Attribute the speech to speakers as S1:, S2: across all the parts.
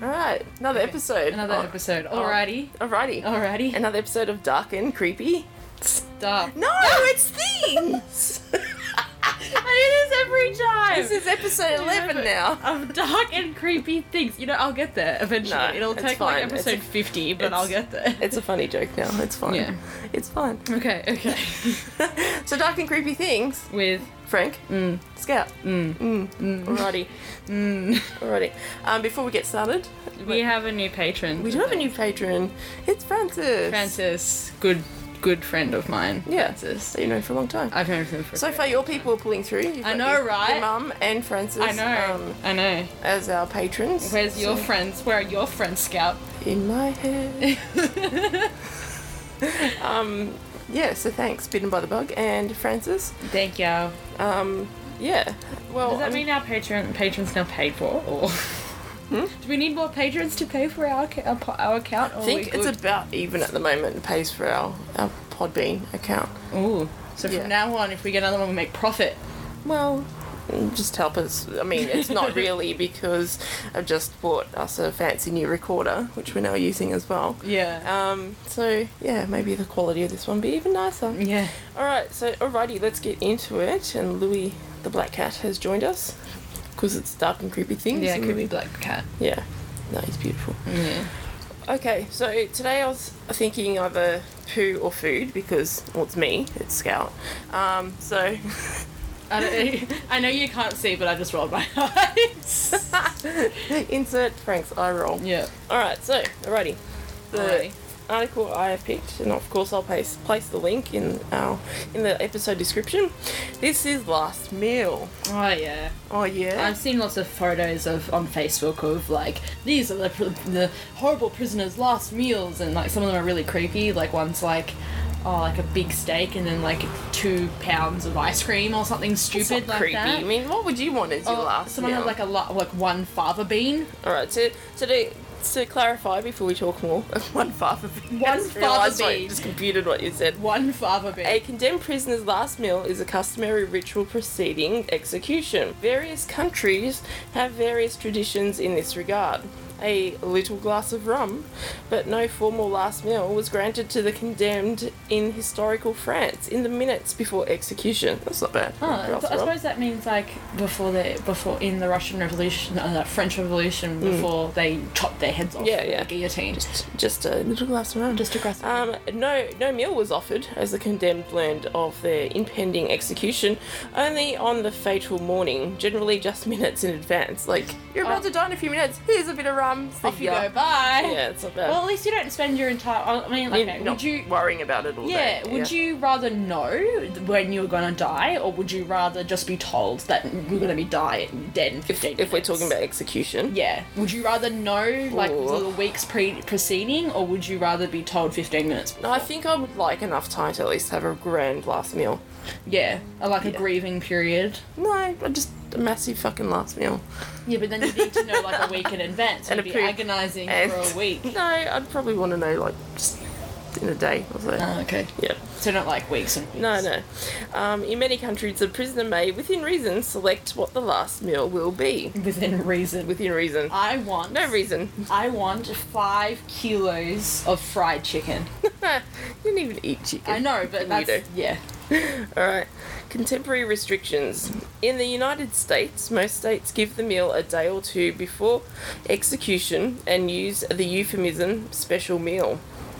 S1: right, another
S2: Okay.
S1: episode.
S2: Another
S1: Oh,
S2: episode. Alrighty.
S1: Alrighty.
S2: Alrighty.
S1: Another episode of Dark and Creepy.
S2: Stop.
S1: No, it's things.
S2: I do this every time.
S1: this is episode
S2: Yeah,
S1: eleven
S2: but-
S1: now.
S2: of dark and creepy things. You know, I'll get there eventually.
S1: No,
S2: It'll
S1: it's
S2: take
S1: fine.
S2: like
S1: It's-
S2: episode 50, but
S1: it's-
S2: I'll get there.
S1: It's a funny joke now. It's fine.
S2: Yeah.
S1: It's fine.
S2: Okay, okay.
S1: so dark and creepy things.
S2: With
S1: Frank.
S2: mm,
S1: Scout.
S2: mm,
S1: Mm.
S2: mm,
S1: Alrighty.
S2: mm.
S1: Alrighty. Um, before we get started,
S2: We have a new patron.
S1: we do have a new patron. It's Francis.
S2: Francis, good good friend of mine.
S1: Yeah.
S2: Francis.
S1: So you know for a long time.
S2: I've known him for
S1: So
S2: a
S1: far, your people are pulling through. You've
S2: I
S1: got
S2: know,
S1: your, Your
S2: right?
S1: mum and Francis.
S2: I know.
S1: Um,
S2: I know.
S1: as our patrons.
S2: Where's your friends? Where are your friends, Scout?
S1: In my head. um, yeah, so thanks, Bitten by the Bug and Francis.
S2: Thank you.
S1: Um, yeah. Well,
S2: Does that
S1: Oh, I mean,
S2: mean our patron patrons now paid for, or do we need more patrons to pay for our acc- our, po- our account? Or
S1: Hmm? I think it's about even at the moment. It pays for our, our Podbean account.
S2: a ooh. So
S1: Yeah.
S2: from now on, if we get another one, we make profit.
S1: Well, just help us. I mean, it's not really because I've just bought us a fancy new recorder, which we're now using as well.
S2: Yeah.
S1: Um, so yeah, maybe the quality of this one be even nicer.
S2: yeah.
S1: All right, so alrighty, let's get into it. And Louis the Black Cat has joined us because it's dark and creepy things.
S2: Yeah. It
S1: and
S2: could
S1: we-
S2: be black cat.
S1: Yeah, no, he's beautiful.
S2: Yeah.
S1: Okay, so today I was thinking either poo or food because well, it's me, it's Scout. Um, so
S2: I, don't, I know you can't see, but I just rolled my eyes.
S1: insert Frank's eye roll.
S2: yeah.
S1: All right, so alrighty, the
S2: Alrighty.
S1: article I have picked, and of course I'll place place the link in our in the episode description. This is last meal.
S2: Oh yeah.
S1: Oh yeah.
S2: I've seen lots of photos of on Facebook of like these are the, pr- the horrible prisoners' last meals, and like some of them are really creepy. Like one's like, oh, like a big steak and then like two pounds of ice cream or something
S1: It's
S2: stupid
S1: not
S2: like
S1: creepy.
S2: that.
S1: I mean, what would you want as your
S2: Or
S1: last
S2: someone
S1: meal?
S2: had like a lot, like one fava bean.
S1: All right, so so to, to clarify before we talk more, one fava bean.
S2: One
S1: I just
S2: fava
S1: realised what-
S2: bean.
S1: Just computed what you said.
S2: One fava bean.
S1: A condemned prisoner's last meal is a customary ritual preceding execution. Various countries have various traditions in this regard. A little glass of rum, but no formal last meal was granted to the condemned in historical France in the minutes before execution. That's not bad.
S2: Huh,
S1: Glass
S2: I th- I
S1: of rum.
S2: suppose that means like before the before in the Russian Revolution, uh, the French Revolution, before they chopped their heads off
S1: Hmm. Yeah,
S2: with
S1: yeah.
S2: the guillotine.
S1: Just a little glass of rum.
S2: Just a grass.
S1: Um, no, no meal was offered as the condemned learned of their impending execution only on the fatal morning, generally just minutes in advance. Like, you're about
S2: Oh.
S1: to die in a few minutes, here's a bit of rum. see
S2: off you
S1: ya."
S2: go. Bye.
S1: Yeah, it's not bad.
S2: Well, at least you don't spend your entire. I mean,
S1: You're
S2: okay,
S1: not
S2: would you?
S1: worrying about it all
S2: Yeah,
S1: day.
S2: would you rather know when you're gonna die, or would you rather just be told that you're gonna be dying dead in
S1: If,
S2: fifteen?
S1: if we're talking
S2: minutes?
S1: about execution.
S2: Yeah, would you rather know like
S1: Ooh.
S2: the weeks pre- preceding, or would you rather be told fifteen minutes?
S1: No, I think I would like enough time to at least have a grand last meal.
S2: Yeah, or like a grieving period.
S1: No, I just a massive fucking last meal.
S2: Yeah, but then you need to know like a week in advance.
S1: And
S2: And
S1: a
S2: it'd be
S1: pre-
S2: agonising
S1: and-
S2: for a week.
S1: No, I'd probably want to know like just in a day or so.
S2: Oh, okay,
S1: Yeah.
S2: so not like weeks and weeks.
S1: No, no. Um, in many countries, the prisoner may, within reason, select what the last meal will be.
S2: within reason.
S1: Within reason.
S2: I want
S1: No reason.
S2: I want five kilos of fried chicken.
S1: Ah, you didn't even eat chicken.
S2: I know, but
S1: You
S2: that's
S1: do.
S2: yeah.
S1: All right. Contemporary restrictions. In the United States, most states give the meal a day or two before execution and use the euphemism special meal.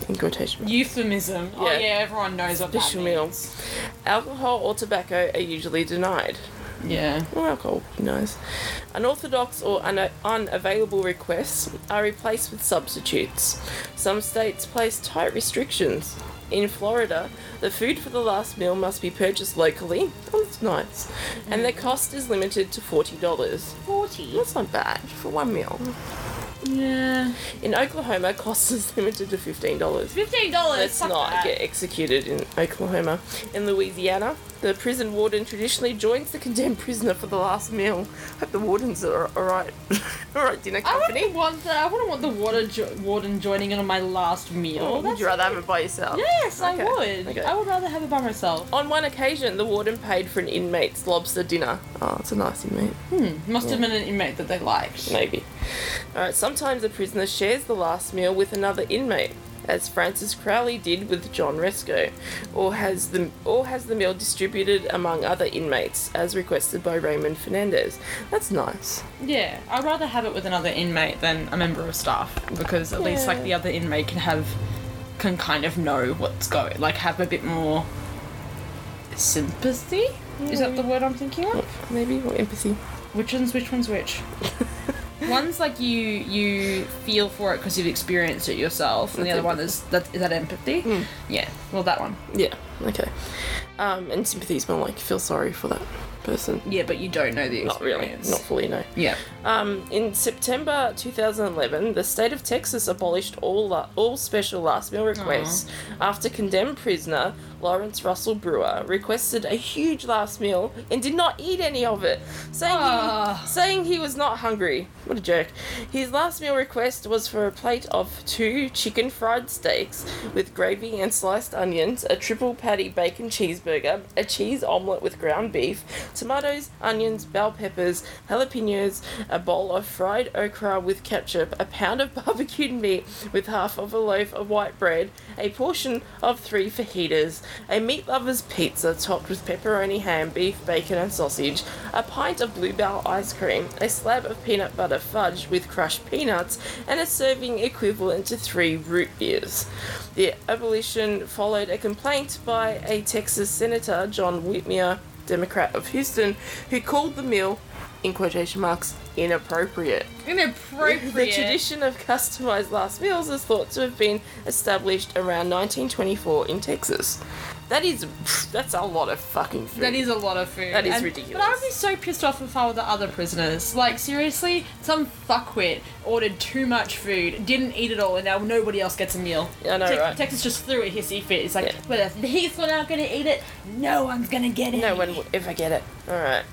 S1: In quotation marks.
S2: Euphemism. Oh
S1: Yeah.
S2: yeah, everyone knows what
S1: Special
S2: that means.
S1: meals. Alcohol or tobacco are usually denied.
S2: Yeah.
S1: Well, alcohol, who knows? Unorthodox or un- unavailable requests are replaced with substitutes. Some states place tight restrictions. In Florida, the food for the last meal must be purchased locally. Oh, that's nice. And the cost is limited to $40.
S2: Forty.
S1: That's not bad for one meal.
S2: Yeah.
S1: In Oklahoma, cost is limited to $15.
S2: Fifteen dollars.
S1: Let's not get executed in Oklahoma. In Louisiana, The prison warden traditionally joins the condemned prisoner for the last meal. Hope the wardens are alright. alright, dinner
S2: I
S1: company.
S2: wouldn't want that. I wouldn't want the water jo- warden joining in on my last meal.
S1: Or Oh, would
S2: Oh, That's-
S1: you rather have it by yourself?
S2: Yes, I
S1: Okay,
S2: would.
S1: okay.
S2: I would rather have it by myself.
S1: On one occasion, the warden paid for an inmate's lobster dinner. Oh, it's a nice inmate.
S2: Hmm. Must
S1: Hmm.
S2: have been an inmate that they liked.
S1: Maybe. Alright, sometimes a prisoner shares the last meal with another inmate, as Francis Crowley did with John Resco, or has the or has the meal distributed among other inmates, as requested by Raymond Fernandez. That's nice.
S2: Yeah, I'd rather have it with another inmate than a member of staff because at least like
S1: Yeah.
S2: the other inmate can have can kind of know what's going like have a bit more sympathy. Is that the word I'm thinking of?
S1: Oh, Maybe or empathy.
S2: Which one's which one's which? one's like you you feel for it because you've experienced it yourself, and the
S1: That's Mm.
S2: other one is that is that empathy. Yeah, well that one.
S1: Yeah. Okay. Um, and sympathy is more like you feel sorry for that person.
S2: Yeah, but you don't know the
S1: Not really.
S2: experience.
S1: Not fully. No.
S2: Yeah.
S1: Um, in September 2011, the state of Texas abolished all la- all special last meal requests after condemned prisoner Lawrence Russell Brewer requested a huge last meal and did not eat any of it, saying
S2: Ah.
S1: he, saying he was not hungry. What a jerk! His last meal request was for a plate of two chicken fried steaks with gravy and sliced onions, a triple patty bacon cheeseburger, a cheese omelette with ground beef, tomatoes, onions, bell peppers, jalapenos, a bowl of fried okra with ketchup, a pound of barbecued meat with half of a loaf of white bread, a portion of three fajitas, a meat lover's pizza topped with pepperoni, ham, beef, bacon, and sausage, a pint of bluebell ice cream, a slab of peanut butter fudge with crushed peanuts, and a serving equivalent to three root beers. The abolition followed a complaint by a Texas senator, John Whitmer, Democrat of Houston, who called the meal, in quotation marks, inappropriate.
S2: Inappropriate.
S1: The tradition of customized last meals is thought to have been established around 1924 in Texas. That is, that's a lot of fucking food.
S2: That is a lot of food.
S1: That is
S2: And-
S1: ridiculous.
S2: But I would be so pissed off if I were the other prisoners. Like, seriously, some fuckwit ordered too much food, didn't eat it all, and now nobody else gets a meal.
S1: Yeah, I know,
S2: Tex-
S1: right?
S2: Texas just threw a hissy fit. It's like,
S1: Yeah.
S2: well, if he's not gonna eat it, no one's gonna get it.
S1: No one will ever get it. All right.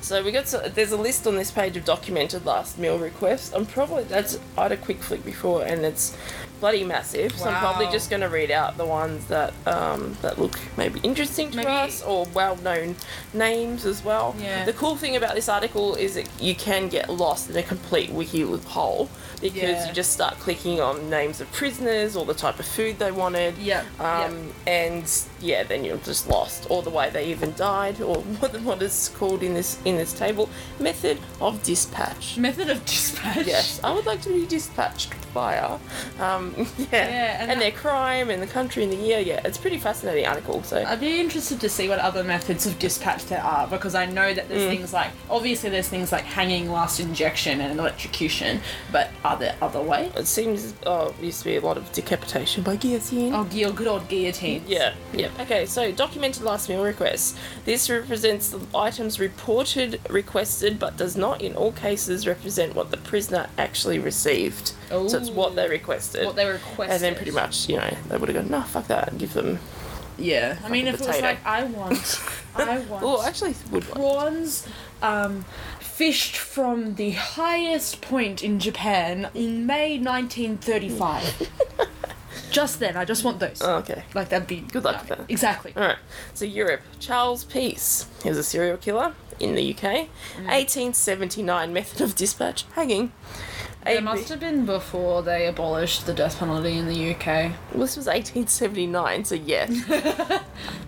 S1: So we got to, there's a list on this page of documented last meal requests. I'm probably that's I had a quick flick before and it's bloody massive. So I'm probably
S2: Wow.
S1: just going to read out the ones that um, that look maybe interesting to
S2: Maybe-
S1: us or well-known names as well.
S2: Yeah.
S1: The cool thing about this article is that you can get lost in a complete wiki loophole because
S2: Yeah.
S1: you just start clicking on names of prisoners or the type of food they wanted.
S2: Yep,
S1: Um, And yeah, then you're just lost, or the way they even died, or what what is called in this in this table method of dispatch.
S2: Method of dispatch.
S1: Yes, I would like to be dispatched via, um, yeah,
S2: Yeah,
S1: and,
S2: and
S1: their
S2: that-
S1: crime and the country and the year. Yeah, it's a pretty fascinating article. So
S2: I'd be interested to see what other methods of dispatch there are because I know that there's
S1: Mm.
S2: things like obviously there's things like hanging, last injection, and electrocution, but are there other ways?
S1: it seems oh, used to be a lot of decapitation by guillotine.
S2: Oh, guil- good old guillotines.
S1: Uh, Yeah, yeah. Okay, so documented last meal requests. This represents the items reported, requested, but does not in all cases represent what the prisoner actually received. So it's what they
S2: Ooh.
S1: requested.
S2: What they
S1: and then pretty
S2: requested.
S1: much, you know, they would have gone, nah, fuck that, and give them.
S2: Yeah, I mean,
S1: a
S2: if it was
S1: potato.
S2: like I want, I want
S1: Oh, actually, would like.
S2: prawns, um, fished from the highest point in Japan in May 1935. just then, I just want those.
S1: Oh, okay.
S2: like that'd be good
S1: luck with that.
S2: Exactly.
S1: All right. So Europe, Charles Peace. He was a serial killer in the UK.
S2: Mm.
S1: 1879 method of dispatch, hanging.
S2: It
S1: AB
S2: must have been before they abolished the death penalty in the UK.
S1: Well, this was 1879, so yeah.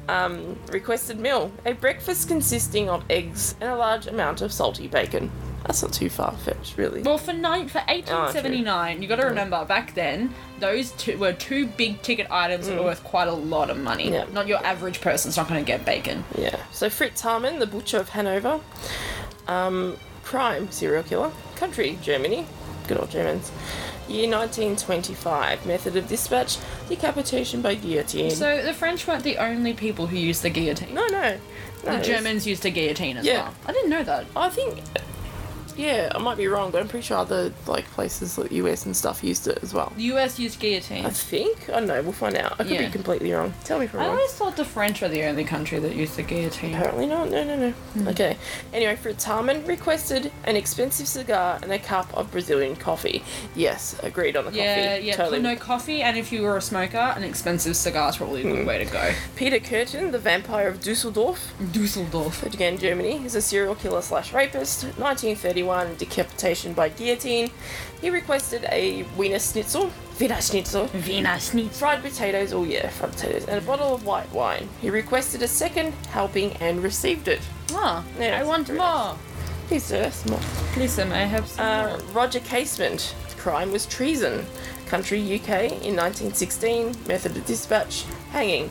S1: um, requested meal: a breakfast consisting of eggs and a large amount of salty bacon. That's not too far fetched, really.
S2: Well, for nine
S1: Ah,
S2: for 1879, you got to remember back then those two were two big ticket items that were worth quite a lot of money.
S1: Mm. Yeah.
S2: Not your average person's not going to get bacon.
S1: Yeah. So Fritz Harman, the butcher of Hanover, um, crime serial killer, country Germany, good old Germans. Year 1925. Method of dispatch: decapitation by guillotine.
S2: So the French weren't the only people who used the guillotine.
S1: no, no, no.
S2: the
S1: it's-
S2: Germans used a guillotine as
S1: Yeah.
S2: well. I didn't know that.
S1: I think Yeah, I might be wrong, but I'm pretty sure other like places like US and stuff used it as well.
S2: The US used guillotine.
S1: I think. I don't know. We'll find out. I could
S2: Yeah.
S1: be completely wrong. Tell me if I'm
S2: I
S1: wrong.
S2: always thought the French were the only country that used the guillotine.
S1: Apparently not. No, no, no. Okay. Anyway, Fritz Harman requested an expensive cigar and a cup of Brazilian coffee. Yes, agreed on the
S2: Yeah,
S1: coffee.
S2: yeah.
S1: Totally.
S2: No coffee, and if you were a smoker, an expensive cigar is probably a
S1: Hmm.
S2: good way to go.
S1: Peter Curtin, the vampire of Dusseldorf,
S2: Dusseldorf.
S1: but again Germany, is a serial killer slash rapist. 1931, decapitation by guillotine. He requested a Wiener Schnitzel. Wiener Schnitzel.
S2: Wiener Schnitzel.
S1: Fried potatoes, oh yeah, fried potatoes, and a bottle of white wine. He requested a second helping and received it.
S2: Ah,
S1: Yeah,
S2: I want
S1: very
S2: more.
S1: Please, sir, some more.
S2: Listen, I have some
S1: Uh,
S2: more.
S1: Roger Casement. Crime was treason. Country UK in 1916. Method of dispatch. Hanging.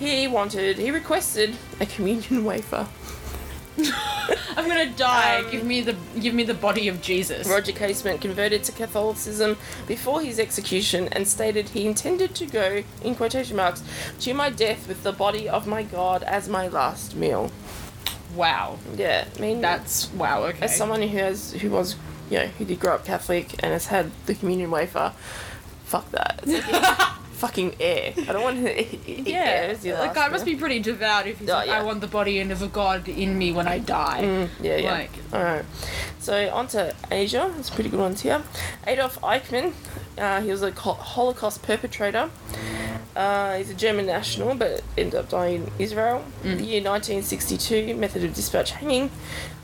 S1: He wanted, he requested a communion wafer.
S2: I'm gonna die.
S1: um,
S2: give me the give me the body of Jesus.
S1: Roger Casement converted to Catholicism before his execution and stated he intended to go, in quotation marks, to my death with the body of my God as my last meal.
S2: Wow,
S1: Yeah, I mean,
S2: that's wow. Okay.
S1: as someone who has, who was, you know, who did grow up Catholic and has had the communion wafer, fuck that. It's like fucking air. I don't want to eat, eat air
S2: yeah,
S1: as your
S2: the
S1: last
S2: guy must
S1: meal.
S2: be pretty devout if he's
S1: Oh,
S2: like,
S1: yeah. Mm.
S2: I want the body end of a god in me when I die.
S1: Yeah, yeah.
S2: like-
S1: All right. So on to Asia. It's pretty good ones here. Adolf Eichmann. Uh, he was a co- Holocaust perpetrator. Uh, he's a German national, but ended up dying in Israel.
S2: Mm.
S1: The year 1962, method of dispatch hanging.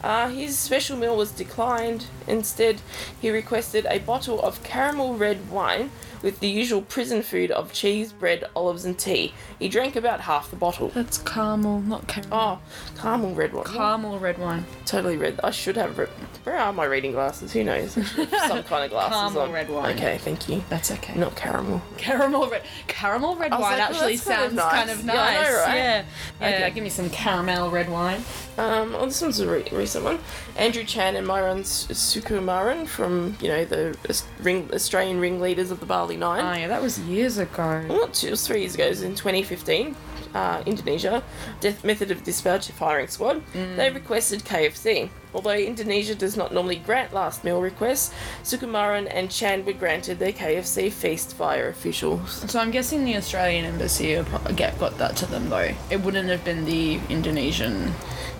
S1: Uh, his special meal was declined. Instead, he requested a bottle of caramel red wine with the usual prison food of cheese, bread, olives, and tea. He drank about half the bottle.
S2: That's caramel, not caramel.
S1: Oh, caramel red wine
S2: Caramel red wine.
S1: totally red. I should have. Re- Where are my reading glasses? Who knows? I should have Some kind of glasses
S2: Caramel
S1: on.
S2: red wine.
S1: Okay, thank you.
S2: That's okay.
S1: Not caramel.
S2: Caramel red caramel red
S1: I was
S2: wine
S1: like, oh,
S2: actually
S1: that's kind of
S2: sounds
S1: nice.
S2: kind of
S1: Yeah, I
S2: nice.
S1: know, right?
S2: yeah. Yeah,
S1: Okay.
S2: give me some caramel red wine.
S1: Um, oh, this one's a re- recent one. Andrew Chan and Myron S- Sukumaran from you know the Aus- ring- Australian ringleaders of the Bali Nine.
S2: Oh, yeah, that was years ago.
S1: Well, not two, it was three years ago, it was in 2015, uh, Indonesia, death method of dispatch firing squad,
S2: Mm.
S1: they requested KFC. Although Indonesia does not normally grant last meal requests, Sukumaran and Chan were granted their KFC feast via officials.
S2: So I'm guessing the Australian embassy ap- get got that to them though. It wouldn't have been the Indonesian.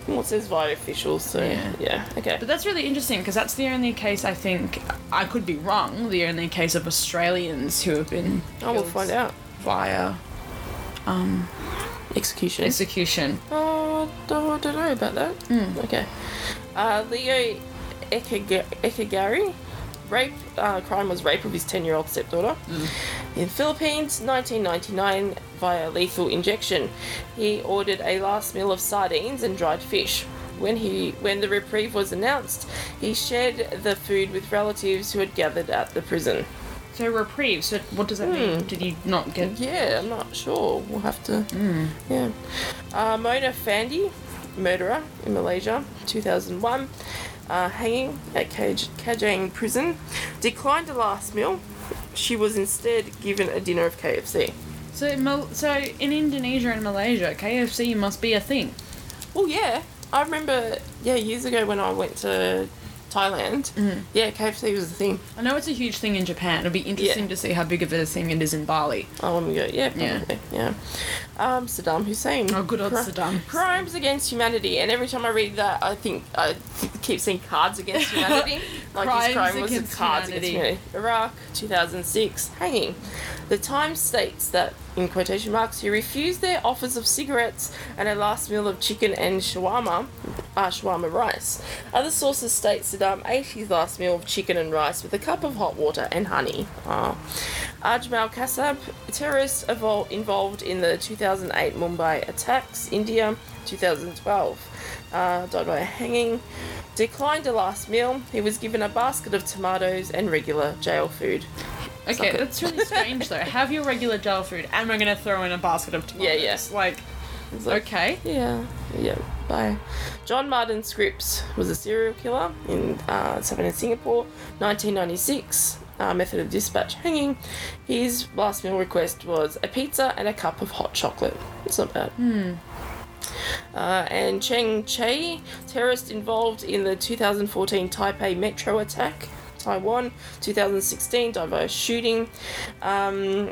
S1: Well, it says via officials, so
S2: Yeah.
S1: yeah, okay.
S2: But that's really interesting because that's the only case I think I could be wrong. The only case of Australians who have been.
S1: I will
S2: killed
S1: find out.
S2: via um,
S1: Execution.
S2: execution.
S1: Oh, I don't know about that. Okay. Uh, Leo Ekaga- Ekagari. Rape, uh, crime was rape of his 10 year old stepdaughter. In Philippines, 1999, via lethal injection. He ordered a last meal of sardines and dried fish. When he when the reprieve was announced, he shared the food with relatives who had gathered at the prison.
S2: So reprieve. So what does that
S1: Hmm.
S2: mean? Did you not get?
S1: Yeah, I'm not sure. We'll have to.
S2: Hmm.
S1: Yeah. Uh, Mona Fandi, murderer in Malaysia, 2001, uh, hanging at Kaj- Kajang prison, declined a last meal. She was instead given a dinner of KFC.
S2: So in Mal- so in Indonesia and Malaysia, KFC must be a thing.
S1: Well, Oh, yeah. I remember, yeah, years ago when I went to Thailand,
S2: Hmm.
S1: yeah, KFC was a thing.
S2: I know it's a huge thing in Japan. It'll be interesting to see how big of a thing it is in Bali.
S1: Oh, I'm good. Yeah,
S2: Yeah.
S1: probably. Yeah. Um, Saddam Hussein.
S2: Oh, good old Saddam.
S1: Crimes against humanity, and every time I read that, I think I keep seeing cards against humanity. like
S2: Crimes
S1: his crime was
S2: against
S1: cards
S2: humanity.
S1: against humanity. Iraq, 2006, hanging. The Times states that, in quotation marks, he refused their offers of cigarettes and a last meal of chicken and shawarma, uh, shawarma rice. Other sources state Saddam ate his last meal of chicken and rice with a cup of hot water and honey. Oh. Ajmal Kasab, a terrorist evol- involved in the 2008 Mumbai attacks, India, 2012. Uh, died by a hanging. Declined a last meal. He was given a basket of tomatoes and regular jail food.
S2: Okay,
S1: it.
S2: that's really strange though. Have your regular jail food, and we're gonna throw in a basket of tomatoes.
S1: Yeah, yeah.
S2: Like,
S1: It's like-
S2: okay.
S1: Yeah, yeah. Bye. John Martin Scripps was a serial killer in uh, this happened in Singapore, 1996. Uh, method of dispatch hanging. His last meal request was a pizza and a cup of hot chocolate. It's not bad. Uh, and Cheng Che, terrorist involved in the 2014 Taipei metro attack, Taiwan, 2016 diverse shooting. Um,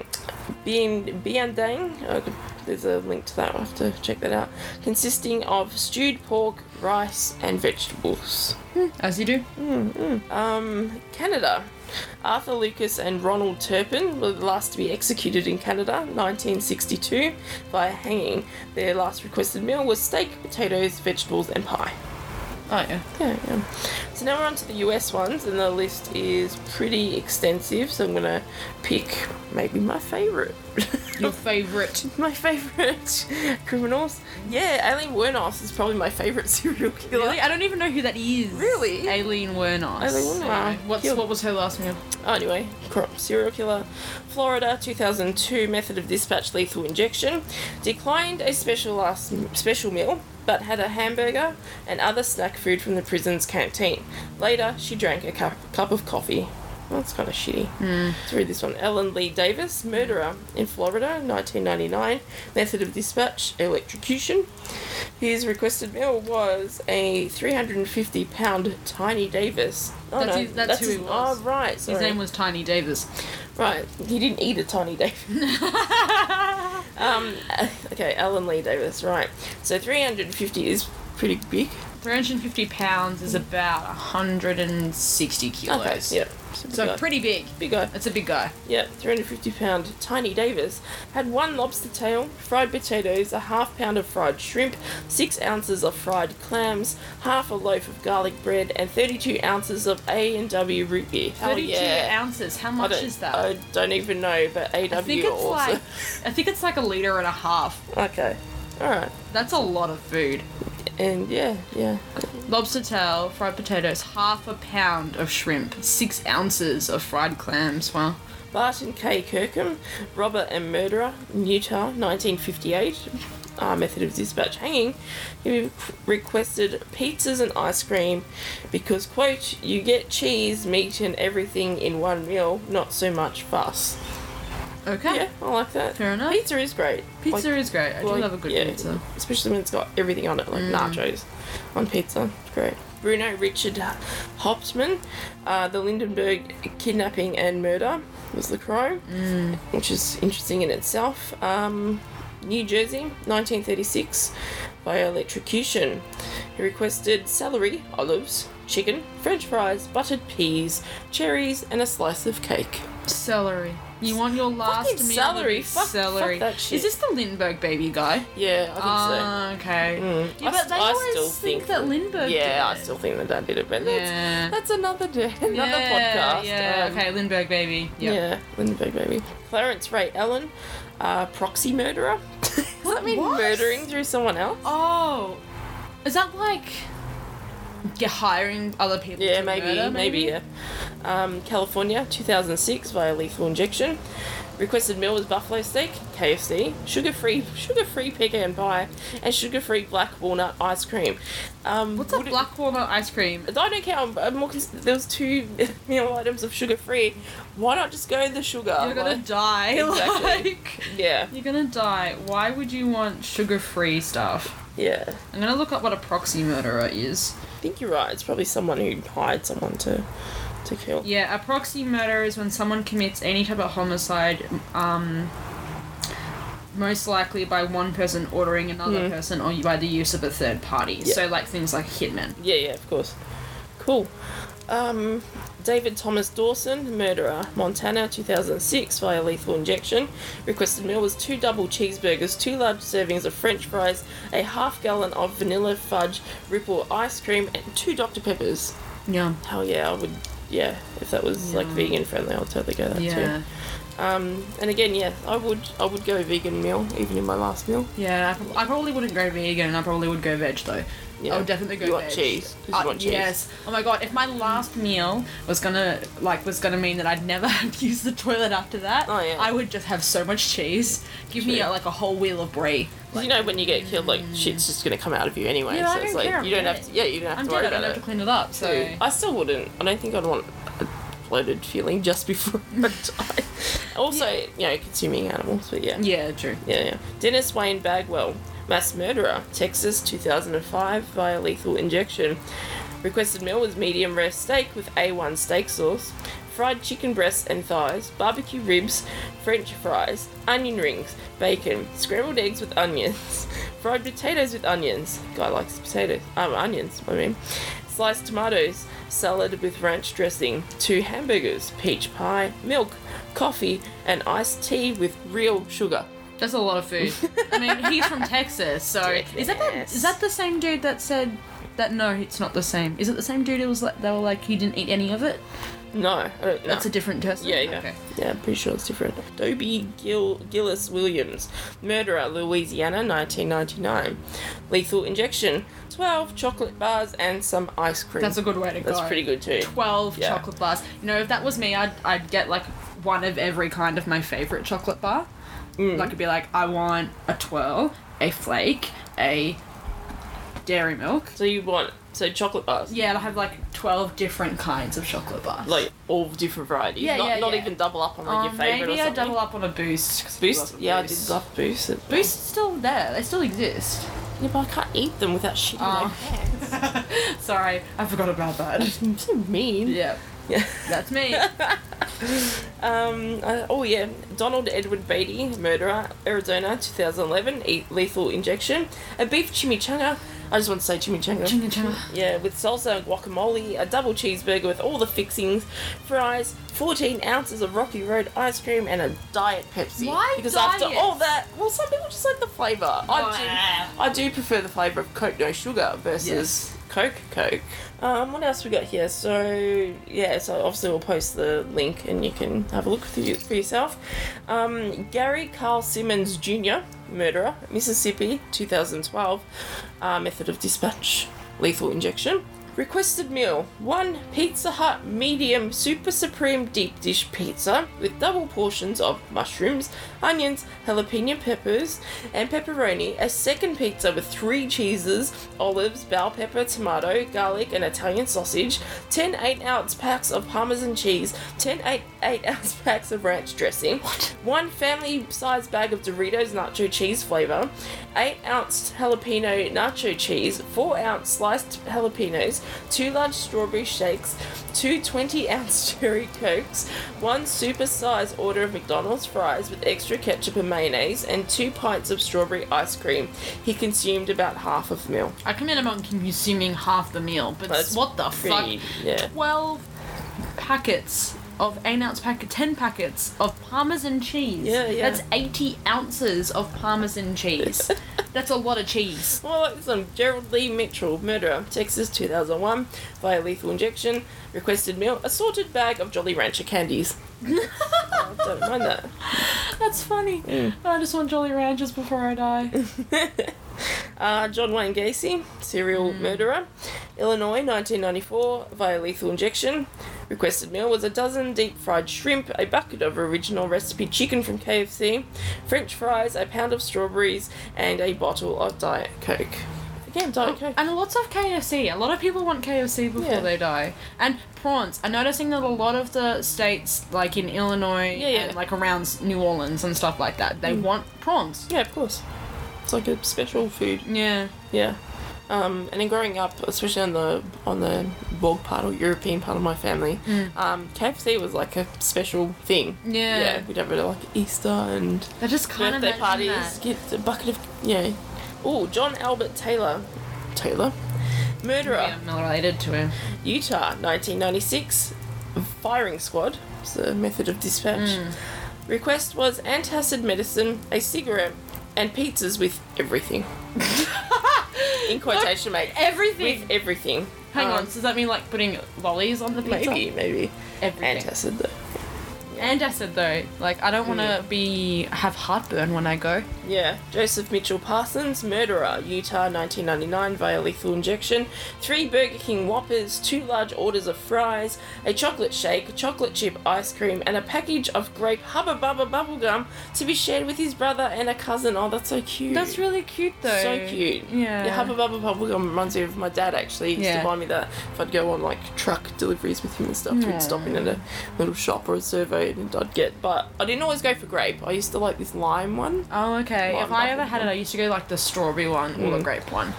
S1: Bian Biandang, uh, there's a link to that, I'll have to check that out, consisting of stewed pork, rice, and vegetables.
S2: As you do.
S1: Um, Canada. Arthur Lucas and Ronald Turpin were the last to be executed in Canada, 1962, by hanging. Their last requested meal was steak, potatoes, vegetables, and pie.
S2: Oh yeah.
S1: Yeah, yeah. So now we're on to the US ones, and the list is pretty extensive, so I'm gonna pick maybe my favourite.
S2: Your favorite.
S1: my favourite criminals? Yeah, Aileen Wernos is probably my favourite serial killer.
S2: Really? I don't even know who that is.
S1: Really?
S2: Aileen Wernos.
S1: Aileen Wernos.
S2: Wow. What's,
S1: Killed-
S2: what was her last meal?
S1: Oh, anyway, crop serial killer. Florida, 2002 method of dispatch lethal injection. Declined a special last special meal, but had a hamburger and other snack food from the prison's canteen. Later, she drank a cup, cup of coffee. Well, that's kind of shitty.
S2: Hmm.
S1: Let's read this one. Ellen Lee Davis, murderer in Florida, 1999. Method of dispatch, electrocution. His requested meal was a 350 pound Tiny Davis. Oh,
S2: That's
S1: no,
S2: who- that's who
S1: his-
S2: he was.
S1: Oh, right. Sorry.
S2: His name was Tiny Davis.
S1: Right, he didn't eat a Tiny Davis. um, okay, Alan Lee Davis, right. So 350 is pretty big.
S2: 350 pounds is about 160
S1: Okay,
S2: kilos.
S1: yep.
S2: So
S1: big guy.
S2: pretty big.
S1: Big guy.
S2: That's a big guy.
S1: Yep, 350 pound Tiny Davis had one lobster tail, fried potatoes, a half pound of fried shrimp, six ounces of fried clams, half a loaf of garlic bread, and 32 ounces of A and W root beer. Hell
S2: 32
S1: yeah.
S2: ounces. How
S1: I
S2: much
S1: don't,
S2: is that?
S1: I don't even know, but AW
S2: I think it's
S1: also.
S2: like I think it's like a liter and a half.
S1: okay. All right.
S2: That's a lot of food.
S1: And yeah, yeah.
S2: Lobster tail, fried potatoes, half a pound of shrimp, six ounces of fried clams. Wow.
S1: Barton K. Kirkham, robber and murderer, in Utah, 1958. Uh, method of dispatch hanging. He requested pizzas and ice cream because, quote, you get cheese, meat, and everything in one meal, not so much fuss.
S2: Okay.
S1: Yeah, I like that.
S2: Fair enough.
S1: Pizza is great.
S2: Pizza
S1: Like-
S2: is great. I
S1: Well,
S2: do love a good
S1: yeah,
S2: pizza. Mm.
S1: Especially when it's got everything on it, like nachos on pizza. It's great. Bruno Richard Hauptmann, uh, the Lindenberg kidnapping and murder was the crow,
S2: Mm.
S1: which is interesting in itself. Um, New Jersey, 1936, by electrocution. He requested celery, olives, chicken, french fries, buttered peas, cherries, and a slice of cake.
S2: Celery. You want your last
S1: Fucking
S2: meal
S1: celery.
S2: to be
S1: Fuck- fuck
S2: celery.
S1: that shit.
S2: Is this the Lindbergh baby guy?
S1: Yeah, I think so.
S2: Ah, okay.
S1: Mm.
S2: Yeah,
S1: I
S2: but
S1: s-
S2: they
S1: I
S2: always
S1: still
S2: think,
S1: think
S2: that
S1: that-
S2: Lindbergh.
S1: Yeah, I
S2: did it.
S1: still think that dad did it, but
S2: Ah, Yeah.
S1: that's, that's another day, another
S2: Yeah,
S1: podcast.
S2: Yeah.
S1: um,
S2: okay, Lindbergh baby. Yep.
S1: Yeah, Lindenberg baby. Clarence Ray Allen, uh, proxy murderer. Does that mean
S2: What?
S1: murdering through someone else?
S2: Oh, is that like you're hiring other people?
S1: Yeah,
S2: to
S1: maybe,
S2: murder,
S1: maybe, yeah. Um, California, 2006, via lethal injection. Requested meal was buffalo steak, KFC, sugar-free, sugar-free pecan pie, and sugar-free black walnut ice cream. Um,
S2: What's a
S1: would it-
S2: black walnut ice cream?
S1: I don't care. I'm, I'm more. Cons- there was two meal items of sugar-free. Why not just go the sugar?
S2: You're gonna
S1: Like,
S2: die.
S1: Exactly.
S2: Like,
S1: yeah,
S2: you're gonna die. Why would you want sugar-free stuff?
S1: yeah.
S2: I'm gonna look up what a proxy murderer is.
S1: I think you're right. It's probably someone who hired someone to, to kill.
S2: Yeah, a proxy murder is when someone commits any type of homicide, um, most likely by one person ordering another person or by the use of a third party.
S1: Hmm. Yeah.
S2: So, like things like hitmen.
S1: Yeah, yeah, of course. Cool. Um, David Thomas Dawson, murderer, Montana, 2006, via lethal injection. Requested meal was two double cheeseburgers, two large servings of French fries, a half gallon of vanilla fudge ripple ice cream, and two Dr Peppers.
S2: Yeah.
S1: Hell yeah, I would. Yeah, if that was like
S2: Yeah.
S1: vegan friendly, I'd totally go that
S2: Yeah.
S1: too. Um, and again, yeah, I would. I would go vegan meal even in my last meal.
S2: Yeah, I prob- I probably wouldn't go vegan. I probably would go veg though.
S1: Yeah.
S2: I would definitely go
S1: You
S2: veg.
S1: want cheese? 'Cause you
S2: Uh,
S1: want cheese.
S2: Yes. Oh my god! If my last meal was gonna like was gonna mean that I'd never have to use the toilet after that,
S1: Oh, yeah.
S2: I would just have so much cheese. Give me
S1: True.
S2: uh, like a whole wheel of brie.
S1: 'Cause you know when you get killed, like shit's just gonna come out of you anyway.
S2: Yeah, I
S1: so it's
S2: don't
S1: like
S2: care,
S1: you don't
S2: I'm
S1: have to.
S2: dead.
S1: Yeah, you don't have
S2: I'm
S1: to
S2: dead.
S1: worry
S2: I don't
S1: about
S2: have to
S1: it.
S2: clean it up. So
S1: So, I still wouldn't. I don't think I'd want a bloated feeling just before I die. Also, you know, consuming animals, but yeah.
S2: yeah, true.
S1: Yeah, yeah. Dennis Wayne Bagwell, Mass Murderer, Texas 2005 via lethal injection. Requested meal was medium rare steak with A1 steak sauce, fried chicken breasts and thighs, barbecue ribs, french fries, onion rings, bacon, scrambled eggs with onions, fried potatoes with onions. Guy likes potatoes. Um, onions, I mean. Sliced tomatoes, salad with ranch dressing, two hamburgers, peach pie, milk, coffee, and iced tea with real sugar.
S2: That's a lot of food. I mean, he's from Texas, so is that the,
S1: Texas.
S2: is that the same dude that said that? No, it's not the same. Is it the same dude? It was like they were like he didn't eat any of it.
S1: No, I don't know.
S2: That's a different person.
S1: Yeah, yeah.
S2: Okay.
S1: Yeah, I'm pretty sure it's different. Dobie Gill- Gillis Williams, Murderer, Louisiana, 1999. Lethal Injection, 12 chocolate bars and some ice cream.
S2: That's a good way to go.
S1: That's pretty good too.
S2: 12
S1: Yeah.
S2: chocolate bars. You know, if that was me, I'd, I'd get like one of every kind of my favorite chocolate bar.
S1: Mm.
S2: Like, it'd be like, I want a twirl, a flake, a dairy milk.
S1: So you want, so chocolate bars?
S2: Yeah, I'd have like 12 different kinds of chocolate bars.
S1: Like all different varieties.
S2: Yeah,
S1: not,
S2: yeah,
S1: not
S2: yeah.
S1: even double up on like
S2: Um,
S1: your favorite
S2: maybe
S1: or
S2: I
S1: something.
S2: double up on a boost. 'cause I
S1: Boost?
S2: love a
S1: Yeah, I did
S2: Boost.
S1: love Boost. as well.
S2: Boost's still there, they still exist.
S1: Yeah, but I can't eat them without shitting
S2: Oh.
S1: my pants.
S2: Sorry, I forgot about that.
S1: I'm so mean.
S2: yeah,
S1: yeah.
S2: that's me.
S1: Um, uh, oh yeah, Donald Edward Beatty, murderer, Arizona, 2011, e- lethal injection, a beef chimichanga. I just want to say chimichanga.
S2: Chunga chunga.
S1: Yeah, with salsa and guacamole, a double cheeseburger with all the fixings, fries, 14 ounces of Rocky Road ice cream, and a diet Pepsi.
S2: Why
S1: Because after
S2: diet?
S1: all that, well, some people just like the flavour. I do, I do prefer the flavour of Coke no sugar versus
S2: Yes.
S1: Coke Coke. Um, what else we got here? So yeah, so obviously we'll post the link and you can have a look for, you, for yourself. Um, Gary Carl Simmons Jr., murderer, Mississippi, 2012. Uh, method of dispatch: lethal injection. Requested meal: one Pizza Hut medium super supreme deep dish pizza with double portions of mushrooms, onions, jalapeno peppers, and pepperoni. A second pizza with three cheeses, olives, bell pepper, tomato, garlic, and Italian sausage. 10 8 ounce packs of parmesan cheese. 10 8, 8 ounce packs of ranch dressing. One family sized bag of Doritos nacho cheese flavor. 8 ounce jalapeno nacho cheese. 4 ounce sliced jalapenos. 2 large strawberry shakes. 2 20 ounce cherry cokes. 1 super sized order of McDonald's fries with extra ketchup and mayonnaise. And 2 pints of strawberry ice cream. He consumed about half of the meal.
S2: I commend him on consuming half the meal, but
S1: That's
S2: what the
S1: pretty-
S2: fuck?
S1: yeah.
S2: Twelve packets of eight ounce packet, ten packets of parmesan cheese.
S1: Yeah, yeah.
S2: That's eighty ounces of parmesan cheese. That's a lot of cheese.
S1: Well, like this one, Gerald Lee Mitchell, murderer, Texas, 2001, via lethal injection, requested meal, assorted bag of Jolly Rancher candies. I don't mind that.
S2: That's funny.
S1: Mm.
S2: I just want Jolly Ranchers before I die.
S1: Uh, John Wayne Gacy, serial murderer, Illinois, 1994, via lethal injection. Requested meal was a dozen deep fried shrimp, a bucket of original recipe chicken from KFC, French fries, a pound of strawberries, and a bottle of Diet Coke. Again, Diet Coke.
S2: Oh, And lots of KFC. A lot of people want KFC before
S1: Yeah.
S2: they die. And prawns. I'm noticing that a lot of the states, like in Illinois
S1: Yeah, Mm. yeah.
S2: and like around New Orleans and stuff like that, they want prawns.
S1: Yeah, of course. It's like a special food.
S2: Yeah.
S1: Yeah. Um, and then growing up, especially on the on the Borg part or European part of my family, um, KFC was like a special thing.
S2: Yeah.
S1: we'd have it at like Easter and
S2: They just can't
S1: birthday
S2: imagine
S1: parties.
S2: that.
S1: Get a bucket of yeah. Oh, John Albert Taylor, Taylor, murderer,
S2: Yeah, I'm not related to him.
S1: Utah, 1996, firing squad. It's the method of dispatch.
S2: Mm.
S1: Request was antacid medicine, a cigarette, and pizzas with everything. In quotation, mate.
S2: Everything.
S1: With everything.
S2: Hang
S1: Um,
S2: on, does that mean like putting lollies on the pizza?
S1: Maybe, maybe.
S2: Everything.
S1: Antacid though.
S2: And I said though, like I don't want to
S1: Mm.
S2: be have heartburn when I go.
S1: Yeah. Joseph Mitchell Parsons, murderer, Utah, 1999, via lethal injection. Three Burger King Whoppers, two large orders of fries, a chocolate shake, chocolate chip ice cream, and a package of grape Hubba Bubba bubblegum to be shared with his brother and a cousin. Oh, that's so cute.
S2: That's really cute though.
S1: So cute.
S2: Yeah.
S1: Yeah, Hubba Bubba Bubblegum reminds me of my dad actually. He used
S2: Yeah.
S1: to buy me that if I'd go on like truck deliveries with him and stuff. We'd stop in at a little shop or a servo didn't I'd get, but I didn't always go for grape. I used to like this lime one.
S2: Oh, okay.
S1: Lime
S2: if I
S1: bucket
S2: ever had it, I used to go like the strawberry one or
S1: Mm.
S2: the grape one.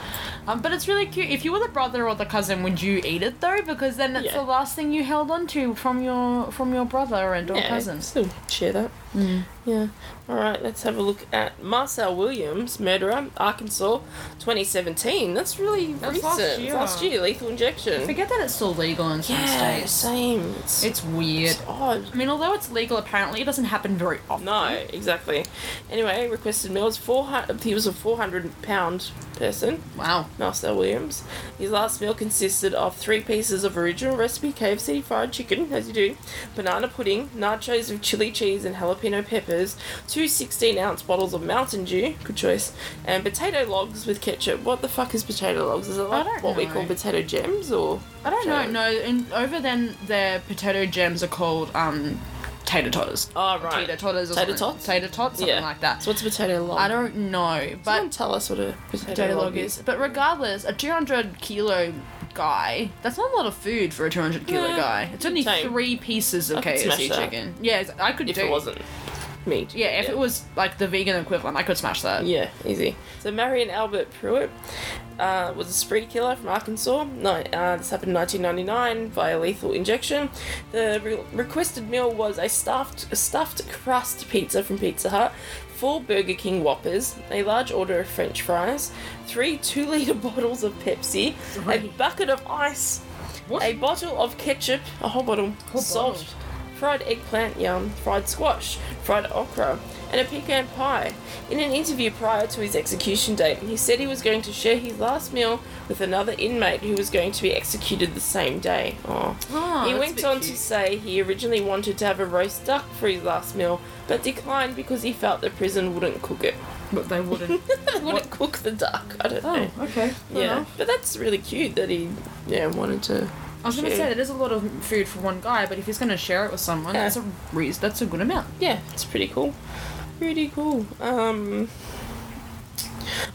S2: Um, but it's really cute. If you were the brother or the cousin, would you eat it though? Because then it's
S1: Yeah.
S2: the last thing you held on to from your from your brother and or cousin.
S1: Still share that.
S2: Mm.
S1: Yeah. All right, let's have a look at Marcel Williams, murderer, Arkansas, 2017. That's really
S2: That's
S1: recent.
S2: last
S1: It's
S2: year.
S1: Last year, lethal injection.
S2: Forget that it's still legal in some
S1: yeah,
S2: states.
S1: same. It's,
S2: It's weird.
S1: it's odd.
S2: I mean, although it's legal, apparently it doesn't happen very often.
S1: No, exactly. Anyway, requested meals. Four hundred. He was a four hundred pound person.
S2: Wow.
S1: Marcel Williams. His last meal consisted of three pieces of original recipe KFC fried chicken, as you do, banana pudding, nachos with chili cheese and jalapeno peppers, two 16 ounce bottles of Mountain Dew, good choice, and potato logs with ketchup. What the fuck is potato logs? Is it like
S2: don't
S1: what we
S2: know.
S1: call potato gems or?
S2: I don't know.
S1: potato-
S2: No, in, over then their potato gems are called um, tater tots.
S1: Oh, right.
S2: Tater totters or
S1: Tater
S2: something.
S1: tots?
S2: Tater tots, something
S1: Yeah.
S2: like that.
S1: So what's a potato log?
S2: I don't know, but
S1: Someone tell us what a potato,
S2: potato
S1: log,
S2: log
S1: is.
S2: is. But regardless, a 200 kilo guy, that's not a lot of food for a 200 kilo
S1: Nah,
S2: guy. It's only
S1: same.
S2: three pieces of
S1: I could smash
S2: KFC
S1: that.
S2: chicken. Yeah, it's- I could
S1: If
S2: do
S1: it wasn't meat.
S2: Yeah, if it was like the vegan equivalent, I could smash that.
S1: Yeah, easy. So Marion Albert Pruitt uh, was a spree killer from Arkansas. No, uh, this happened in 1999 via lethal injection. The re- requested meal was a stuffed a stuffed crust pizza from Pizza Hut, four Burger King Whoppers, a large order of French fries, three two liter bottles of Pepsi, a
S2: Three.
S1: bucket of ice,
S2: What?
S1: a bottle of ketchup, a whole bottle,
S2: Whole
S1: salt,
S2: bottle.
S1: fried eggplant yum, fried squash, fried okra, and a pecan pie. In an interview prior to his execution date, he said he was going to share his last meal with another inmate who was going to be executed the same day. Oh.
S2: Ah,
S1: he
S2: that's a
S1: went
S2: bit
S1: on to
S2: cute.
S1: say he originally wanted to have a roast duck for his last meal, but declined because he felt the prison wouldn't cook it.
S2: But they wouldn't.
S1: wouldn't cook the duck. I
S2: Oh,
S1: don't know.
S2: okay.
S1: Yeah, but that's really cute that he yeah wanted to.
S2: I was gonna
S1: share.
S2: say that is a lot of food for one guy, but if he's gonna share it with someone,
S1: Yeah.
S2: that's a reas that's a good amount.
S1: yeah, it's pretty cool. Pretty cool. Um,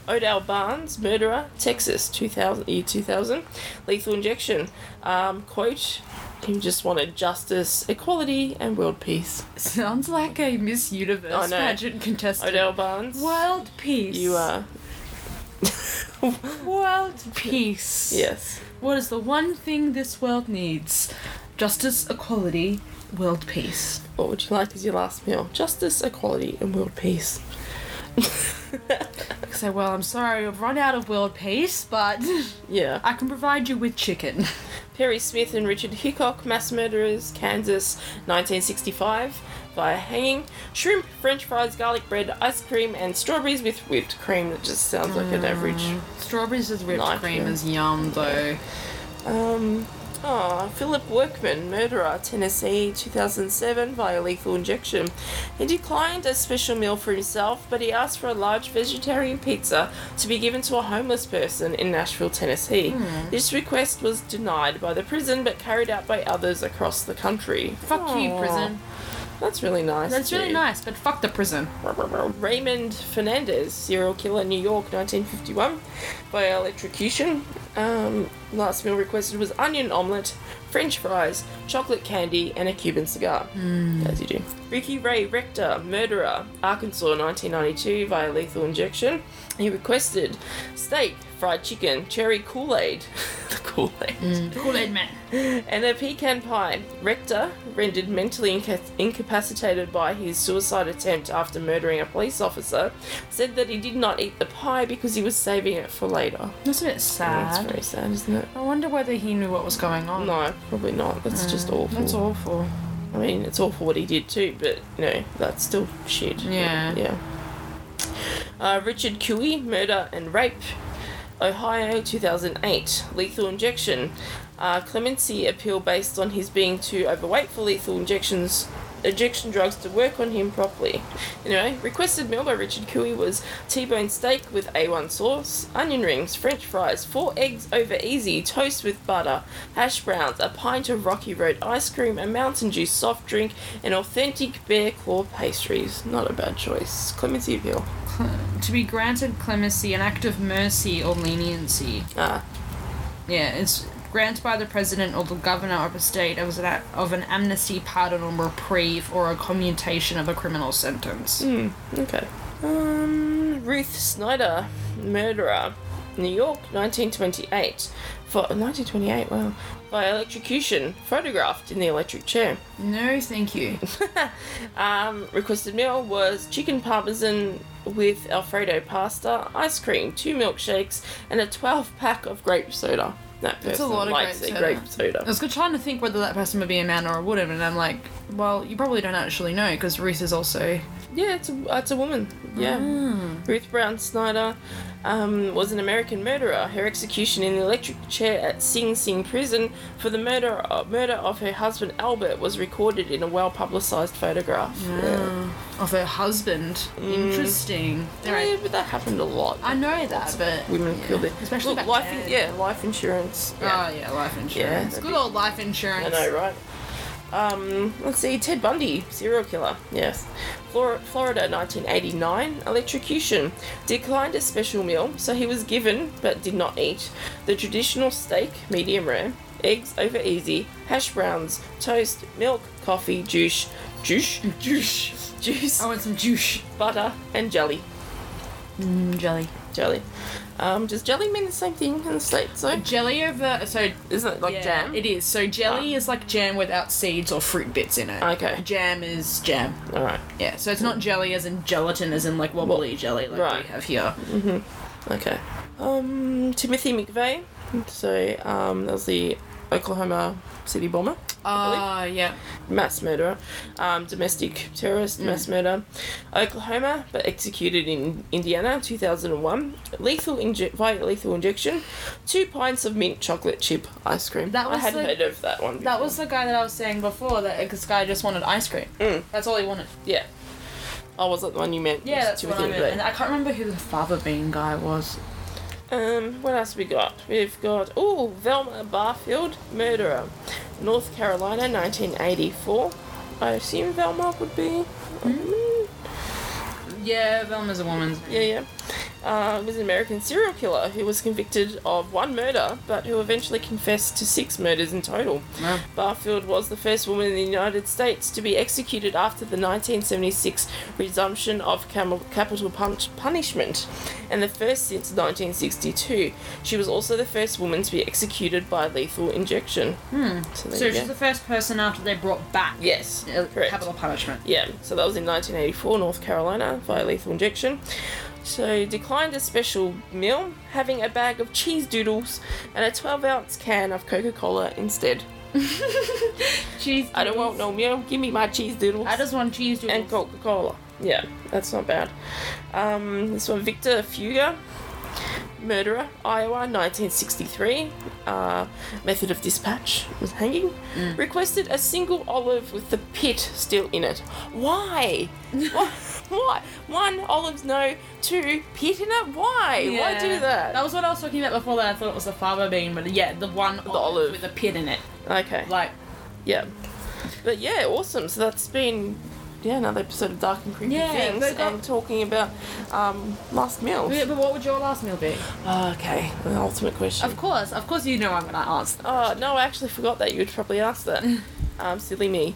S1: Odell Barnes, murderer, Texas, 2000, year 2000, lethal injection. Um, quote, he just wanted justice, equality, and world peace.
S2: Sounds like a Miss Universe
S1: I know.
S2: pageant contestant.
S1: Odell Barnes,
S2: World peace.
S1: you are.
S2: World peace.
S1: yes.
S2: What is the one thing this world needs? Justice, equality, world peace.
S1: What would you like as your last meal? Justice, equality, and world peace.
S2: So, well, I'm sorry, I've run out of world peace, but
S1: Yeah.
S2: I can provide you with chicken.
S1: Perry Smith and Richard Hickok, mass murderers, Kansas, 1965, via hanging. Shrimp, french fries, garlic bread, ice cream, and strawberries with whipped cream. That just sounds like an average.
S2: Strawberries with whipped
S1: Knife,
S2: cream
S1: yeah.
S2: is yum, though.
S1: Um, oh, Philip Workman, murderer, Tennessee, 2007, via lethal injection. He declined a special meal for himself, but he asked for a large vegetarian pizza to be given to a homeless person in Nashville, Tennessee.
S2: Hmm.
S1: This request was denied by the prison, but carried out by others across the country.
S2: Fuck you,
S1: Aw.
S2: prison.
S1: That's really nice.
S2: That's really nice, but fuck the prison.
S1: nice. Raymond Fernandez, serial killer, New York, 1951, by electrocution. Um, last meal requested was onion omelette, French fries, chocolate candy, and a Cuban cigar. As you do. Ricky Ray Rector, murderer, Arkansas, 1992, via lethal injection. He requested steak, fried chicken, cherry Kool Aid. the Kool Aid
S2: Kool Aid Man.
S1: and a pecan pie. Rector, rendered mentally inca- incapacitated by his suicide attempt after murdering a police officer, said that he did not eat the pie because he was saving it for later.
S2: That's a bit
S1: That's
S2: sad.
S1: very sad, isn't it?
S2: I wonder whether he knew what was going on.
S1: No, probably not. That's just awful.
S2: Mm, That's awful.
S1: I mean, it's awful what he did too, but you know, that's still shit.
S2: Yeah.
S1: Yeah. Uh, Richard Cooey, murder and rape, Ohio, 2008, lethal injection. Uh, clemency appeal based on his being too overweight for lethal injections. Injection drugs to work on him properly. Anyway, requested meal by Richard Cooey was T-bone steak with A1 sauce, onion rings, French fries, four eggs over easy, toast with butter, hash browns, a pint of Rocky Road ice cream, a Mountain Dew soft drink, and authentic bear claw pastries. Not a bad choice. Clemency appeal.
S2: To be granted clemency, an act of mercy or leniency.
S1: Ah,
S2: Yeah, it's grant by the president or the governor of a state of an, of an amnesty, pardon, or reprieve, or a commutation of a criminal sentence.
S1: Hmm. Okay. Um, Ruth Snyder, murderer, New York, 1928. For 1928, wow. By electrocution, photographed in the electric chair.
S2: No, thank you.
S1: Um, requested meal was chicken parmesan with Alfredo pasta, ice cream, two milkshakes, and a 12 pack of grape soda. That person
S2: It's a lot of
S1: likes
S2: grape
S1: their
S2: soda.
S1: grape soda.
S2: I was good trying to think whether that person would be a man or a woman, and I'm like, well, you probably don't actually know because Ruth is also
S1: Yeah, it's a, it's a woman. Yeah.
S2: Ah.
S1: Ruth Brown Snyder um, was an American murderer. Her execution in the electric chair at Sing Sing prison for the murder uh, murder of her husband Albert was recorded in a well publicized photograph. Yeah.
S2: of her husband. Interesting.
S1: Hmm. Yeah, but that happened a lot.
S2: I know that, but
S1: Women
S2: yeah.
S1: killed it.
S2: especially
S1: Look,
S2: back
S1: life.
S2: then.
S1: In, yeah, life insurance. Yeah.
S2: Oh yeah, life insurance.
S1: Yeah, that'd
S2: good
S1: be-
S2: old life insurance.
S1: I know, right? Um, let's see, Ted Bundy, serial killer. Yes. Flor- Florida, 1989, electrocution. Declined a special meal, so he was given, but did not eat, the traditional steak, medium rare, eggs over easy, hash browns, toast, milk, coffee, juice, juice,
S2: Juice.
S1: juice,
S2: I want some juice.
S1: butter, and jelly.
S2: jelly.
S1: Jelly. Um, does jelly mean the same thing in the States, though?
S2: Jelly over so
S1: Isn't it like
S2: yeah,
S1: jam? Ah.
S2: It is. So jelly is like jam without seeds or fruit bits in it.
S1: Okay.
S2: Jam is jam.
S1: Alright.
S2: Yeah. So it's not jelly as in gelatin as in like wobbly jelly like
S1: right.
S2: we have here.
S1: Okay. Um, Timothy McVeigh. So um, that was the Oklahoma City bomber,
S2: Ah, yeah.
S1: mass murderer, um, domestic terrorist,
S2: Mm.
S1: mass murder, Oklahoma, but executed in Indiana, two thousand and one. Lethal inje- via lethal injection, two pints of mint chocolate chip ice cream.
S2: That
S1: I
S2: was
S1: hadn't
S2: the-
S1: heard of that one.
S2: That
S1: before.
S2: was the guy that I was saying before. That this guy just wanted ice cream.
S1: Mm.
S2: That's all he wanted.
S1: yeah. Oh, was that the one you meant?
S2: Yeah,
S1: Yes,
S2: that's what I meant.
S1: McVeigh.
S2: And I can't remember who the fava bean guy was.
S1: Um, what else we got? We've got oh Velma Barfield, murderer, North Carolina, 1984. I assume Velma would be. a woman?
S2: Yeah, Velma's a woman's.
S1: Yeah, yeah. Uh, was an American serial killer who was convicted of one murder, but who eventually confessed to six murders in total.
S2: Wow.
S1: Barfield was the first woman in the United States to be executed after the 1976 resumption of cam- capital punch- punishment, and the first since 1962. She was also the first woman to be executed by lethal injection. Hmm. So, there
S2: So
S1: you
S2: she's
S1: go.
S2: the first person after they brought back
S1: yes,
S2: uh,
S1: correct.
S2: capital punishment.
S1: Yeah, so that was in 1984, North Carolina, via lethal injection. So declined a special meal, having a bag of cheese doodles and a 12 ounce can of Coca Cola instead.
S2: Cheese.
S1: I don't want no meal. Give me my cheese doodles
S2: I just want cheese doodles.
S1: and Coca Cola. Yeah, that's not bad. Um, this one, Victor Fuga, murderer, Iowa, 1963. Uh, method of dispatch was hanging.
S2: Mm.
S1: Requested a single olive with the pit still in it. Why? Why? Why? One, olives no. Two, pit in it? Why? Why
S2: Yeah.
S1: do
S2: That
S1: that?
S2: was what I was talking about before. That I thought it was the fava bean, but yeah, the one the
S1: olive.
S2: with a pit in it.
S1: Okay.
S2: Like
S1: Yeah. But yeah, awesome. So that's been yeah another episode of Dark and Creepy
S2: Yeah,
S1: Things
S2: but that-
S1: and talking about um, last meals.
S2: Yeah, but what would your last meal be?
S1: Ah, okay, the ultimate question.
S2: Of course, of course, you know I'm gonna answer.
S1: Oh no, I actually forgot that you'd probably ask that. um, silly me.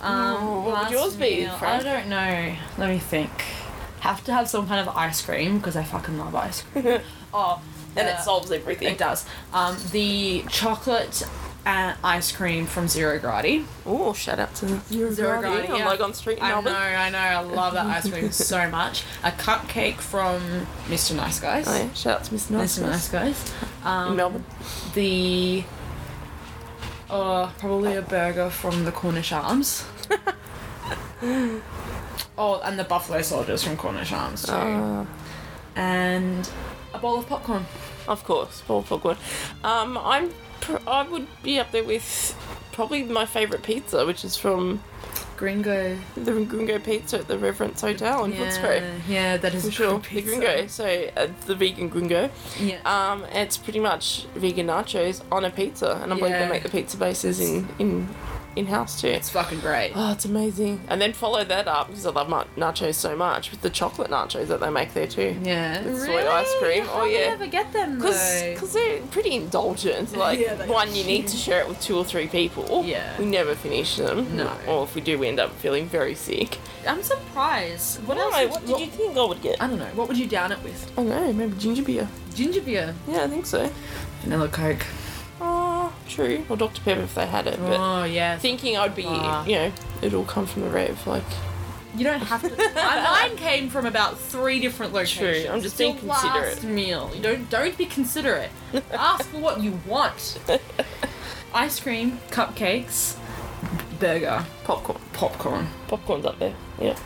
S2: Um,
S1: Ooh, what would
S2: last
S1: yours be,
S2: meal? I
S1: Fran?
S2: don't know. Let me think. Have to have some kind of ice cream because I fucking love ice cream. oh,
S1: And
S2: uh,
S1: it solves everything.
S2: It does. Um, the chocolate uh, ice cream from Zero Gravity.
S1: Oh, shout out to Zero,
S2: Gravity,
S1: on
S2: yeah.
S1: Logon Street in
S2: I know,
S1: Melbourne.
S2: I know. I love that ice cream so much. A cupcake from Mr. Nice Guys.
S1: Oh, yeah. Shout out to Miss Nice
S2: Mr. Nice Guys.
S1: in
S2: Um,
S1: Melbourne.
S2: the. Oh, probably a burger from the Cornish Arms. oh, and the Buffalo Soldiers from Cornish Arms too.
S1: Uh,
S2: and a bowl of popcorn.
S1: Of course, Paul Fogwood. Um, I'm pr- I would be up there with probably my favourite pizza, which is from
S2: Gringo.
S1: the Gringo Pizza at the Reverence Hotel in Footscray.
S2: yeah, that is
S1: For
S2: a
S1: sure,
S2: good
S1: the
S2: pizza.
S1: Gringo. So uh, the vegan Gringo.
S2: Yeah.
S1: Um, it's pretty much vegan nachos on a pizza, and I believe
S2: Yeah.
S1: they make the pizza bases in in in house too.
S3: It's fucking great.
S1: Oh, it's amazing. And then follow that up because I love ma- nachos so much with the chocolate nachos that they make there too.
S3: Yeah.
S1: With soy ice cream.
S2: You
S1: Oh
S2: hardly
S1: yeah.
S2: ever get them though.
S1: Because they're pretty indulgent. Like,
S3: Yeah, they
S1: one,
S3: are
S1: you need to share it with two or three people.
S3: Yeah.
S1: We never finish them.
S3: No.
S1: Or if we do, we end up feeling very sick.
S2: I'm surprised. What
S1: Why?
S2: else? would-
S1: What did you think I would get?
S3: I don't know. What would you down it with?
S1: I don't know, maybe ginger beer.
S3: Ginger beer.
S1: Yeah, I think so.
S3: Vanilla Coke.
S1: Oh, true. Or Dr. Pepper if they had it. But
S3: Oh, yeah.
S1: thinking I'd be,
S3: Ah.
S1: you know, it'll come from the rev. Like,
S2: You don't have to. My mine came from about three different locations.
S1: I'm just
S2: It's your
S1: being considerate.
S2: Last meal. You don't don't be considerate. Ask for what you want. Ice cream, cupcakes, burger,
S1: popcorn.
S2: popcorn.
S1: Popcorn's up there. Yeah.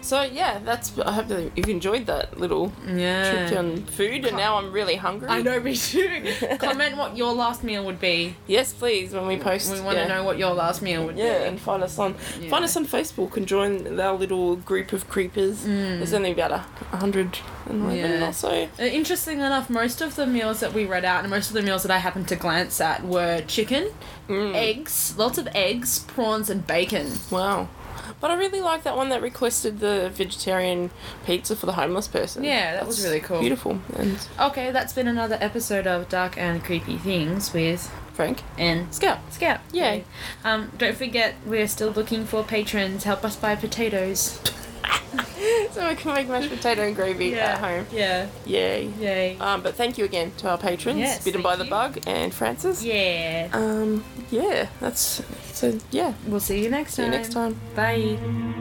S1: So, yeah, that's. I hope that you've enjoyed that little trip
S3: Yeah.
S1: down food, and now I'm really hungry.
S2: I know me too. Comment what your last meal would be.
S1: Yes, please, when we post.
S3: We want
S1: yeah.
S3: to know what your last meal would
S1: Yeah,
S3: be.
S1: and find us on
S3: Yeah.
S1: find us on Facebook and join our little group of creepers. There's only about a hundred and eleven
S3: Yeah.
S1: or so.
S2: Uh, Interesting enough, most of the meals that we read out and most of the meals that I happened to glance at were chicken,
S1: Hmm. Mm,
S2: eggs, lots of eggs, prawns, and bacon.
S1: Wow. But I really like that one that requested the vegetarian pizza for the homeless person.
S2: Yeah, that was
S1: That's
S2: really cool.
S1: Beautiful. And
S2: Okay, that's been another episode of Dark and Creepy Things with
S1: Frank.
S2: and Scout. Scout.
S1: Yay.
S2: Um, don't forget, we're still looking for patrons. Help us buy potatoes.
S1: so we can make mashed potato and gravy at home.
S2: Yeah.
S1: Yay.
S2: Yay.
S1: Um, but thank you again to our patrons,
S2: Yes,
S1: Bitten
S2: thank
S1: by the
S2: you.
S1: Bug and Francis.
S2: yeah.
S1: Um, yeah, that's so yeah.
S2: We'll see you next
S1: See
S2: time.
S1: you next time.
S2: Bye.